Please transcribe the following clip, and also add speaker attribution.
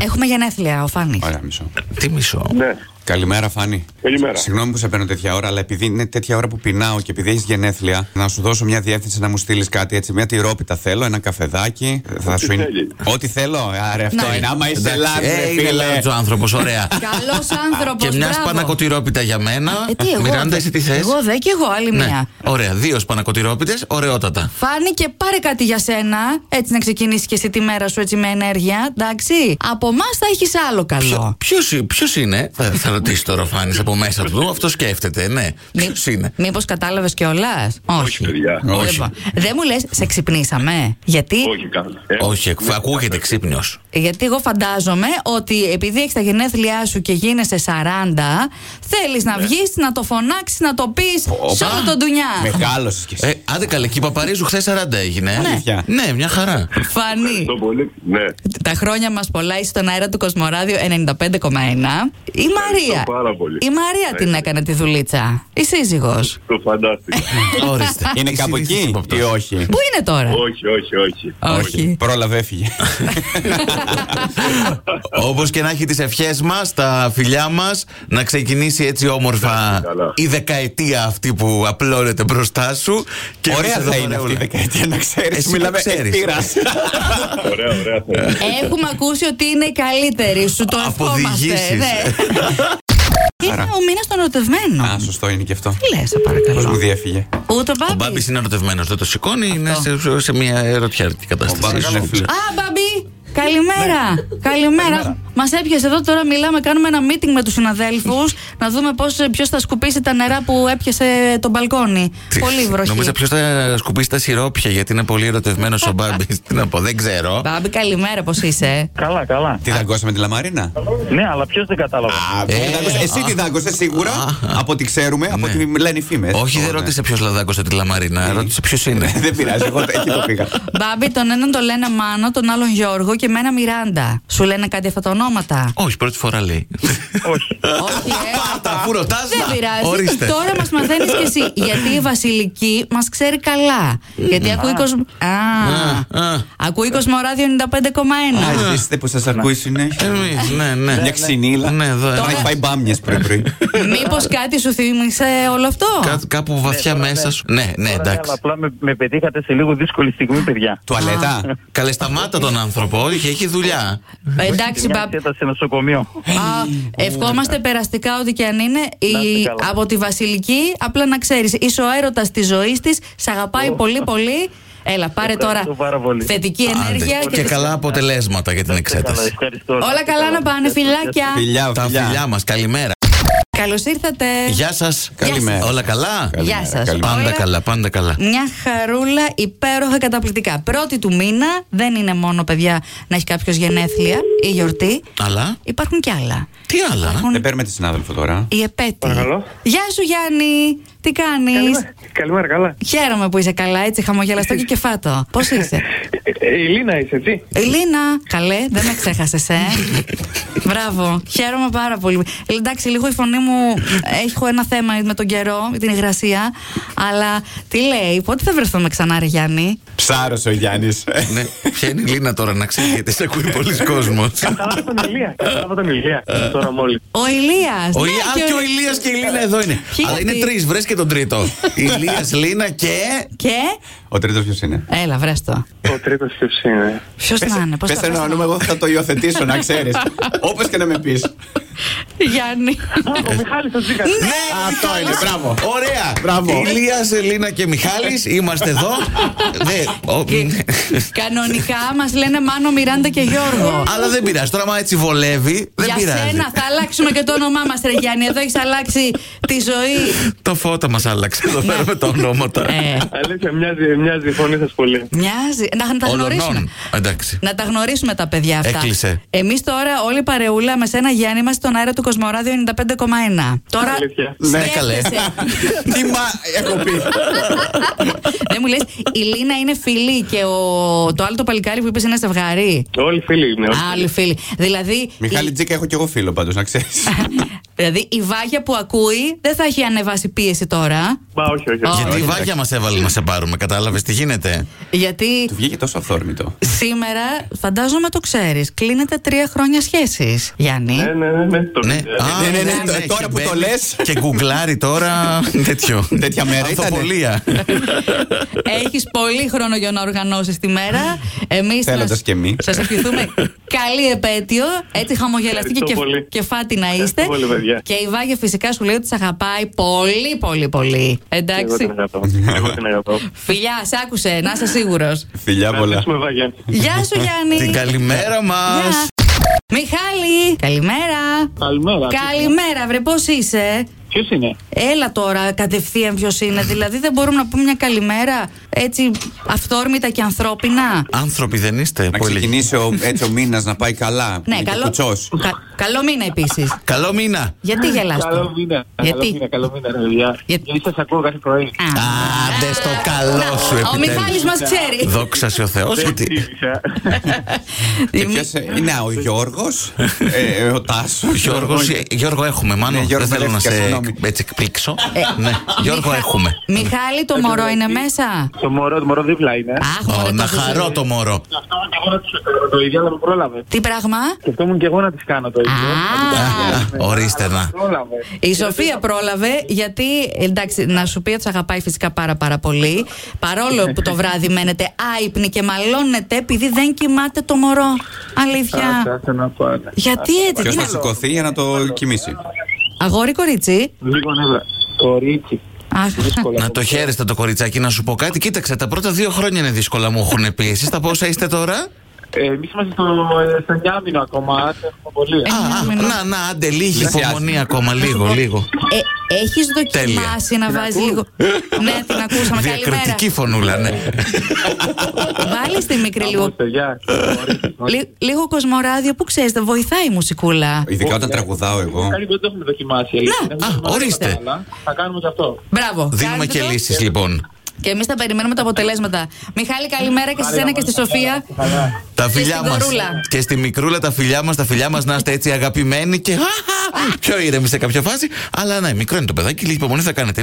Speaker 1: Έχουμε γενέθλια ο Φάνης.
Speaker 2: Ωραία, μισό.
Speaker 3: Τι μισό.
Speaker 4: Ναι.
Speaker 2: Καλημέρα, Φάνη.
Speaker 4: Καλημέρα.
Speaker 2: Συγγνώμη που σε παίρνω τέτοια ώρα, αλλά επειδή είναι τέτοια ώρα που πεινάω και επειδή έχεις γενέθλια, να σου δώσω μια διεύθυνση να μου στείλεις κάτι έτσι. Μια τυρόπιτα θέλω, ένα καφεδάκι. Θα σου είναι.
Speaker 4: θέλεις.
Speaker 2: Ό,τι θέλω. Άρε, αυτό
Speaker 1: Ναι.
Speaker 2: είναι. Άμα είσαι
Speaker 3: Εντάξει,
Speaker 2: λάρτζ,
Speaker 3: ε, είναι
Speaker 2: φίλε.
Speaker 3: λάρτζο άνθρωπος, ωραία.
Speaker 1: Καλός άνθρωπος.
Speaker 3: και μια σπανακοτηρόπιτα για μένα.
Speaker 1: Ε, τι εγώ.
Speaker 3: Μιράντα, εσύ τι Ναι. θες.
Speaker 1: Εγώ δεν και εγώ, άλλη μια.
Speaker 3: Ωραία, δύο σπανακοτηρόπιτε, ωραιότατα.
Speaker 1: Φάνη και πάρε κάτι για σένα. Έτσι να ξεκινήσεις και εσύ τη μέρα σου έτσι με ενέργεια. Εντάξει. Από εμάς θα έχεις άλλο καλό.
Speaker 3: Ποιο ποιος είναι, θα, θα ρωτήσει τώρα ο Φάνη από μέσα του. Αυτό σκέφτεται, ναι. Ποιος είναι.
Speaker 1: Μήπως κατάλαβες κιόλας. Όχι.
Speaker 4: παιδιά.
Speaker 3: Όχι.
Speaker 1: Λοιπόν, Δεν μου λες, σε ξυπνήσαμε. Γιατί,
Speaker 4: Όχι καλά.
Speaker 1: Ναι.
Speaker 4: Ε,
Speaker 3: Όχι, εκ- ακούγεται ξύπνιος.
Speaker 1: γιατί εγώ φαντάζομαι ότι επειδή έχεις τα γενέθλιά σου και γίνεσαι 40, θέλεις να
Speaker 3: Ναι.
Speaker 1: βγεις, να το φωνάξεις, να το πεις
Speaker 2: Όπα.
Speaker 1: σε όλο τον ντουνιά.
Speaker 2: Μεγάλωσε κι εσύ.
Speaker 3: Ε, άντε καλέ, εκεί Παπαρίζου χθες 40 έγινε. ε.
Speaker 2: Αλήθεια.
Speaker 3: ναι, μια χαρά.
Speaker 1: Φανή.
Speaker 4: Ευχαριστώ πολύ. Ναι.
Speaker 1: Τα χρόνια μας πολλά είσαι στον αέρα του Κοσμοράδιου 95,1. Η Μαρία.
Speaker 4: πάρα πολύ. Ναι,
Speaker 1: Η Μαρία την έκανε τη δουλίτσα. Η σύζυγος.
Speaker 4: Το φαντάστηκα.
Speaker 3: Ορίστε.
Speaker 2: Είναι
Speaker 3: Η
Speaker 2: κάπου
Speaker 3: συνήθιση
Speaker 2: εκεί ή
Speaker 3: υποπτώση.
Speaker 2: όχι.
Speaker 1: Πού είναι τώρα,
Speaker 4: όχι, όχι, όχι.
Speaker 2: Πρόλαβε, έφυγε.
Speaker 3: Όπως και να έχει τις ευχές μας, τα φιλιά μας, να ξεκινήσει έτσι όμορφα
Speaker 4: καλά.
Speaker 3: η δεκαετία αυτή που απλώνεται μπροστά σου. Και
Speaker 2: Ωραία
Speaker 3: εμείς εδώ
Speaker 2: θα είναι αυτή η
Speaker 3: παρεούλα.
Speaker 2: δεκαετία, να ξέρεις.
Speaker 3: Εσύ
Speaker 2: Μιλάμε
Speaker 3: το ξέρεις.
Speaker 2: εκτήρας.
Speaker 4: Ωραία, ωραία. θα είναι.
Speaker 1: Έχουμε ακούσει ότι είναι η καλύτερη. Σου το ευχόμαστε.
Speaker 3: Αποδηγήσεις.
Speaker 1: Ναι. είναι ο μήνας των ερωτευμένων.
Speaker 2: Α, σωστό είναι και αυτό.
Speaker 1: Τι λες, σε
Speaker 2: Πώς μου
Speaker 1: παρακαλώ.
Speaker 2: διέφυγε.
Speaker 1: Ούτε ο
Speaker 3: Ο
Speaker 1: Μπάμπη.
Speaker 3: Μπάμπης είναι ερωτευμένος, δεν το σηκώνει, είναι σε, σε- σε μια ερωτιάρτη
Speaker 2: Ο
Speaker 3: κατάσταση.
Speaker 2: Μπάμπης
Speaker 3: ίσως.
Speaker 2: είναι φίλος.
Speaker 1: Α, Μπάμπη! Καλημέρα! Καλημέρα. Μας έπιασε εδώ τώρα, μιλάμε, κάνουμε ένα meeting με τους συναδέλφους να δούμε ποιος θα σκουπίσει τα νερά που έπιασε το μπαλκόνι.
Speaker 3: Τι-
Speaker 1: Πολύ βροχή.
Speaker 3: Νομίζω ποιος θα σκουπίσει τα σιρόπια γιατί είναι πολύ ερωτευμένος ο Μπάμπης. Τι να πω, δεν ξέρω.
Speaker 1: Μπάμπη, καλημέρα, πώς είσαι.
Speaker 5: Καλά, καλά.
Speaker 2: Τι δαγκώσαμε τη Λαμαρίνα.
Speaker 5: Ναι, αλλά ποιος δεν κατάλαβε.
Speaker 2: Α,
Speaker 3: Ε,
Speaker 2: τι δάγκωσε. Εσύ τη δάγκωσε σίγουρα. Από ό,τι ξέρουμε, από
Speaker 3: Ναι.
Speaker 2: ό,τι λένε οι φήμες.
Speaker 3: Όχι, δεν ρώτησε ποιος λαδάκωσε τη λαμαρίνα, ρώτησε ποιος είναι.
Speaker 2: Ναι, Δεν πειράζει, εγώ εκεί το πήγα.
Speaker 1: Μπάμπη, τον έναν τον λένε Μάνο, τον άλλον Γιώργο και μένα Μιράντα. Σου λένε κάτι αυτά τα ονόματα.
Speaker 3: Όχι, πρώτη φορά λέει.
Speaker 5: Όχι.
Speaker 1: Όχι, ε.
Speaker 3: Πάρτα, αφού ρωτάς.
Speaker 1: Δεν πειράζει.
Speaker 3: Ορίστε.
Speaker 1: Τώρα μας μαθαίνεις κι εσύ. Γιατί η Βασιλική μας ξέρει καλά. Γιατί ακούει κοσμο. Α.
Speaker 3: Α, α.
Speaker 1: Ακούει κοσμοράδιο 95,1.
Speaker 2: Α, ζήστε που σα ακούει συνέχεια.
Speaker 3: Εμείς, ναι, ναι.
Speaker 2: Μια ξυνήλα.
Speaker 3: Ναι, εδώ.
Speaker 2: Τώρα
Speaker 3: ένα-
Speaker 2: έχει πάει μπάμιε πριν-πριν.
Speaker 1: Μήπως κάτι σου θύμισε όλο αυτό.
Speaker 3: κά- Κάπου βαθιά μέσα σου. Ναι, ναι,
Speaker 5: Τώρα, ναι,
Speaker 3: εντάξει.
Speaker 5: αλλά απλά με, με πετύχατε σε λίγο δύσκολη στιγμή, παιδιά.
Speaker 2: Τουαλέτα.
Speaker 3: Καλέ, σταμάτα τον άνθρωπο. Όχι, έχει δουλειά.
Speaker 1: Εντάξει,
Speaker 5: Μια
Speaker 1: μπα.
Speaker 5: εξέταση σε
Speaker 3: Ναι,
Speaker 5: νοσοκομείο.
Speaker 1: Α, ευχόμαστε περαστικά ό,τι και αν είναι. Η-
Speaker 5: Να είστε καλά.
Speaker 1: από τη Βασιλική, απλά να ξέρεις, είσαι ο έρωτας της ζωής της, σ' αγαπάει πολύ πολύ. Έλα, πάρε τώρα
Speaker 5: Ευχαριστώ πάρα πολύ.
Speaker 1: θετική
Speaker 3: Άντε.
Speaker 1: ενέργεια
Speaker 3: Και
Speaker 1: τις-
Speaker 3: καλά αποτελέσματα για την
Speaker 5: Ναι, Καλά,
Speaker 3: εξέταση.
Speaker 5: ευχαριστώ.
Speaker 1: Όλα καλά να πάνε, φιλάκια.
Speaker 2: Φιλιά,
Speaker 3: Τα φιλιά μας, καλημέρα.
Speaker 1: Καλώς ήρθατε.
Speaker 3: Γεια σας.
Speaker 2: Καλημέρα.
Speaker 3: Όλα καλά.
Speaker 2: Καλημέρα,
Speaker 1: Γεια σας.
Speaker 2: καλημέρα.
Speaker 3: Πάντα
Speaker 1: Όλα-
Speaker 3: καλά, πάντα καλά.
Speaker 1: Μια χαρούλα υπέροχα καταπληκτικά. Πρώτη του μήνα δεν είναι μόνο παιδιά να έχει κάποιος γενέθλια ή γιορτή.
Speaker 3: Αλλά,
Speaker 1: Υπάρχουν κι άλλα.
Speaker 3: τι άλλα.
Speaker 2: Δεν παίρνουμε τη συνάδελφο τώρα.
Speaker 1: Η επέτειο.
Speaker 6: Παρακαλώ.
Speaker 1: Γεια σου Γιάννη, τι κάνεις.
Speaker 6: Καλημέρα. Καλημέρα, καλά.
Speaker 1: Χαίρομαι που είσαι καλά, έτσι χαμογελαστό και κεφάτο. Πώς είσαι.
Speaker 6: Ε, ε, η Λίνα είσαι, τι.
Speaker 1: Ελίνα, καλέ, δεν με ξέχασες ε. Μπράβο, χαίρομαι πάρα πολύ. Ε, Εντάξει, λίγο η φωνή μου έχω ένα θέμα με τον καιρό, με την υγρασία. Αλλά τι λέει, πότε θα βρεθούμε ξανά, ρε Γιάννη.
Speaker 2: Ψάρωσε ο Γιάννης.
Speaker 3: Ναι, ποια είναι η Λίνα τώρα να ξέρει γιατί σε ακούει πολλοί κόσμος.
Speaker 6: Καλά τον Ηλία. Καλά τον
Speaker 5: Ναι,
Speaker 6: Ηλία. Τώρα μόλις.
Speaker 1: Ο Ηλίας.
Speaker 3: Ο
Speaker 1: Ναι,
Speaker 3: Ηλία
Speaker 1: και ο
Speaker 3: και ο
Speaker 1: Ηλ-
Speaker 3: Ηλίας και η Λίνα εδώ είναι.
Speaker 1: Ποιοι είναι
Speaker 3: Αλλά είναι
Speaker 1: αυτοί?
Speaker 3: τρεις, βρες και τον τρίτο. Ηλίας, Λίνα και.
Speaker 1: Και.
Speaker 2: Ο τρίτος ποιος είναι.
Speaker 1: Έλα, βρες το.
Speaker 6: Ο τρίτος ποιος είναι.
Speaker 1: Ποιος να είναι, πώς
Speaker 2: Πες
Speaker 1: θα
Speaker 2: ένα όνομα, εγώ θα το υιοθετήσω, να ξέρεις. Όπω και να με πεις.
Speaker 1: Γιάννη.
Speaker 6: Ο Μιχάλης ο Τζίκας.
Speaker 1: Ναι!
Speaker 2: Αυτό είναι, μπράβο.
Speaker 3: Ωραία!
Speaker 2: Μπράβο.
Speaker 3: Ηλία, Ελίνα και Μιχάλης είμαστε εδώ. Δε- ο-
Speaker 1: Κανονικά μας λένε Μάνο, Μιράντα και Γιώργο.
Speaker 3: Αλλά δεν πειράζει. Τώρα, άμα έτσι βολεύει, δεν
Speaker 1: Για
Speaker 3: πειράζει.
Speaker 1: σένα θα αλλάξουμε και το όνομά μας, Ρε Γιάννη. Εδώ έχεις αλλάξει τη ζωή.
Speaker 3: Το φώτα μας άλλαξε εδώ πέρα με τα ονόματα.
Speaker 1: Ναι. Ε,
Speaker 6: Αλήθεια, μοιάζει, μοιάζει η φωνή σας πολύ.
Speaker 1: μοιάζει. Να τα γνωρίσουμε.
Speaker 3: Ολονών. Εντάξει.
Speaker 1: Να τα γνωρίσουμε τα παιδιά αυτά.
Speaker 3: Έκλεισε.
Speaker 1: Εμείς τώρα, όλη η παρεούλα με σένα, Γιάννη, είμαστε στον αέρα του Κοσμοράδιο 95,1. Τώρα.
Speaker 6: Αλήθεια.
Speaker 3: Ναι, καλέ.
Speaker 1: σκέφτεσαι.
Speaker 2: Τι μα έχω πει.
Speaker 1: Δεν Ναι, μου λες, η Λίνα είναι φίλη και ο... το άλλο το παλικάρι που είπες είναι ζευγάρι.
Speaker 6: Όλοι οι φίλοι είναι. όλοι.
Speaker 1: Άλλοι φίλοι. Δηλαδή.
Speaker 2: Μιχάλη
Speaker 1: η...
Speaker 2: Τζίκα, έχω κι εγώ φίλο πάντως, να ξέρεις.
Speaker 1: δηλαδή η βάγια που ακούει δεν θα έχει ανεβάσει πίεση τώρα.
Speaker 6: Μπα, όχι, όχι. όχι.
Speaker 3: Γιατί η
Speaker 2: όχι,
Speaker 3: βάγια μας έβαλε να σε πάρουμε, κατάλαβες τι γίνεται.
Speaker 1: Γιατί
Speaker 2: Του βγήκε τόσο αυθόρμητο.
Speaker 1: σήμερα, φαντάζομαι το ξέρεις, κλείνεται τρία χρόνια σχέσει. Γιάννη.
Speaker 6: Ναι, ναι, ναι, ναι. Το
Speaker 3: Ναι,
Speaker 6: ξέρω.
Speaker 3: α,
Speaker 2: ναι, ναι, ναι,
Speaker 3: ναι,
Speaker 2: τώρα
Speaker 3: ναι,
Speaker 2: που
Speaker 3: μπαίνει
Speaker 2: το λες.
Speaker 3: Και γκουγκλάρει τώρα τέτοιο.
Speaker 2: Τέτοια μέρα ήτανε.
Speaker 3: Ανθοπολία.
Speaker 1: Ναι. Έχεις πολύ χρόνο για να οργανώσεις τη μέρα. Εμείς
Speaker 2: Θέλοντας κι εμείς.
Speaker 1: Σας ευχηθούμε καλή επέτειο. Έτσι χαμογελαστή και,
Speaker 6: Ευχαριστώ πολύ.
Speaker 1: και φάτη να είστε.
Speaker 6: Ευχαριστώ πολύ, παιδιά.
Speaker 1: και η Βάγια φυσικά σου λέει ότι σε αγαπάει πολύ, πολύ, πολύ.
Speaker 6: Εγώ
Speaker 1: Εντάξει.
Speaker 6: την αγαπάω. Εγώ την αγαπάω.
Speaker 1: Φιλιά, σ' άκουσε, να είσαι σίγουρος.
Speaker 2: Φιλιά
Speaker 6: Να
Speaker 2: πολλά.
Speaker 6: αφήσουμε βαγιά.
Speaker 1: Γεια σου, Γιάννη.
Speaker 3: Την καλημέρα μα.
Speaker 1: Γεια. Μιχάλη, καλημέρα.
Speaker 5: Καλημέρα.
Speaker 1: Καλημέρα, βρε, πώς είσαι.
Speaker 5: Ποιος είναι.
Speaker 1: Έλα τώρα κατευθείαν ποιος είναι. Δηλαδή δεν μπορούμε να πούμε μια καλημέρα έτσι αυθόρμητα και ανθρώπινα. Ναι,
Speaker 3: Άνθρωποι δεν είστε,
Speaker 2: Να
Speaker 3: πολύ.
Speaker 2: ξεκινήσει ο, έτσι ο μήνα να πάει καλά.
Speaker 1: Ναι,
Speaker 2: Είναι και
Speaker 1: καλό,
Speaker 2: κουτσός.
Speaker 1: κα- καλό μήνα επίσης.
Speaker 3: Καλό μήνα.
Speaker 1: Γιατί γελάς
Speaker 5: Καλό
Speaker 1: τώρα?
Speaker 5: μήνα.
Speaker 1: Γιατί?
Speaker 5: Καλό μήνα, καλό μήνα, ρε παιδιά.
Speaker 1: Γιατί?
Speaker 5: Γιατί σας ακούω κάθε πρωί.
Speaker 1: Α,
Speaker 3: Άντε στο καλό σου,
Speaker 1: Ο
Speaker 3: επιτέλους.
Speaker 1: Μιχάλης μας ξέρει.
Speaker 3: Δόξα σε ο Θεός ότι.
Speaker 6: Ξύπνησα.
Speaker 1: Μη-
Speaker 2: Και ποιος, ε, είναι ο Γιώργος, ο Τάσος.
Speaker 3: Γιώργο, Γιώργο έχουμε,
Speaker 2: Ναι,
Speaker 3: μάλλον.
Speaker 2: Γιώργο,
Speaker 3: δεν θέλω να σε
Speaker 2: μπερδεύτηκα, συγγνώμη.
Speaker 3: έτσι εκπλήξω. ναι, Γιώργο
Speaker 1: Μιχα-
Speaker 3: έχουμε.
Speaker 1: Μιχάλη, το μωρό είναι μέσα.
Speaker 5: Το μωρό, το μωρό δίπλα είναι.
Speaker 1: Αχ,
Speaker 3: Ω,
Speaker 1: μωρέ,
Speaker 3: να
Speaker 1: τόσο
Speaker 3: χαρώ
Speaker 1: ζητάει.
Speaker 3: το μωρό.
Speaker 5: Αυτό να κάνω το- το ίδιο, αλλά με πρόλαβε.
Speaker 1: Τι πράγμα.
Speaker 5: Σκεφτόμουν και εγώ να τη κάνω το ίδιο.
Speaker 1: Α,
Speaker 3: Α, Ορίστε να.
Speaker 5: Πρόλαβε.
Speaker 1: Η Σοφία πρόλαβε γιατί, εντάξει, να σου πει ότι σε αγαπάει φυσικά πάρα πάρα πολύ. Παρόλο που το βράδυ μένετε άϊπνοι και μαλώνετε επειδή δεν κοιμάται το μωρό. Αλήθεια.
Speaker 5: Άσε να πάνε.
Speaker 1: Γιατί έτσι.
Speaker 2: Ποιο
Speaker 1: τι
Speaker 2: θα
Speaker 1: να-
Speaker 2: σηκωθεί για να το κοιμήσει.
Speaker 1: Αγόρι κορίτσι.
Speaker 5: Λίγο ναι, νεύρα. Κορίτσι.
Speaker 1: Αχ.
Speaker 5: Δύσκολα.
Speaker 3: Να το χαίρεστε το κοριτσάκι, να σου πω κάτι. Κοίταξε, τα πρώτα δύο χρόνια είναι δύσκολα μου έχουν πει. Εσείς τα πόσα είστε τώρα.
Speaker 5: Ε, Εμείς είμαστε στο, ε, στο εννιάμινο ακόμα. άσε, έχουμε πολύ.
Speaker 3: Α, α,
Speaker 1: Εννιάμινο.
Speaker 3: να, να, άντε, λίγη
Speaker 2: Δεν
Speaker 3: υπομονή
Speaker 2: χρειάζεται.
Speaker 3: ακόμα, λίγο, λίγο.
Speaker 1: Ε, έχεις δοκιμάσει να βάζεις λίγο. ναι, την ακούσαμε. Καλημέρα.
Speaker 3: Διακριτική φωνούλα, ναι.
Speaker 1: Βάλεις τη μικρή λίγο.
Speaker 5: Όμως, παιδιά, κορίτσι, κορίτσι.
Speaker 1: Λι- λίγο κοσμοράδιο που ξέρετε, βοηθάει η μουσικούλα.
Speaker 2: Ειδικά όταν τραγουδάω εγώ.
Speaker 5: Κάτι που δεν το έχουμε δοκιμάσει. αλήθεια. Δεν
Speaker 3: α,
Speaker 5: έχουμε δοκιμάσει
Speaker 3: ορίστε.
Speaker 5: τα άλλα. Θα κάνουμε και αυτό.
Speaker 1: Μπράβο.
Speaker 3: Δίνουμε
Speaker 1: κάντε
Speaker 3: και
Speaker 1: το.
Speaker 3: λύσεις, λοιπόν.
Speaker 1: Και εμείς θα περιμένουμε τα αποτελέσματα. Μιχάλη, καλημέρα και σε σένα και στη Σοφία.
Speaker 3: Τα
Speaker 1: Και
Speaker 3: φιλιά
Speaker 1: στην
Speaker 3: μας.
Speaker 1: κορούλα.
Speaker 3: Και στη μικρούλα τα φιλιά μας, τα φιλιά μας να είστε έτσι αγαπημένοι και. χαχα, Πιο ήρεμοι σε κάποια φάση. Αλλά ναι, μικρό είναι το παιδάκι, λίγη υπομονή θα κάνετε.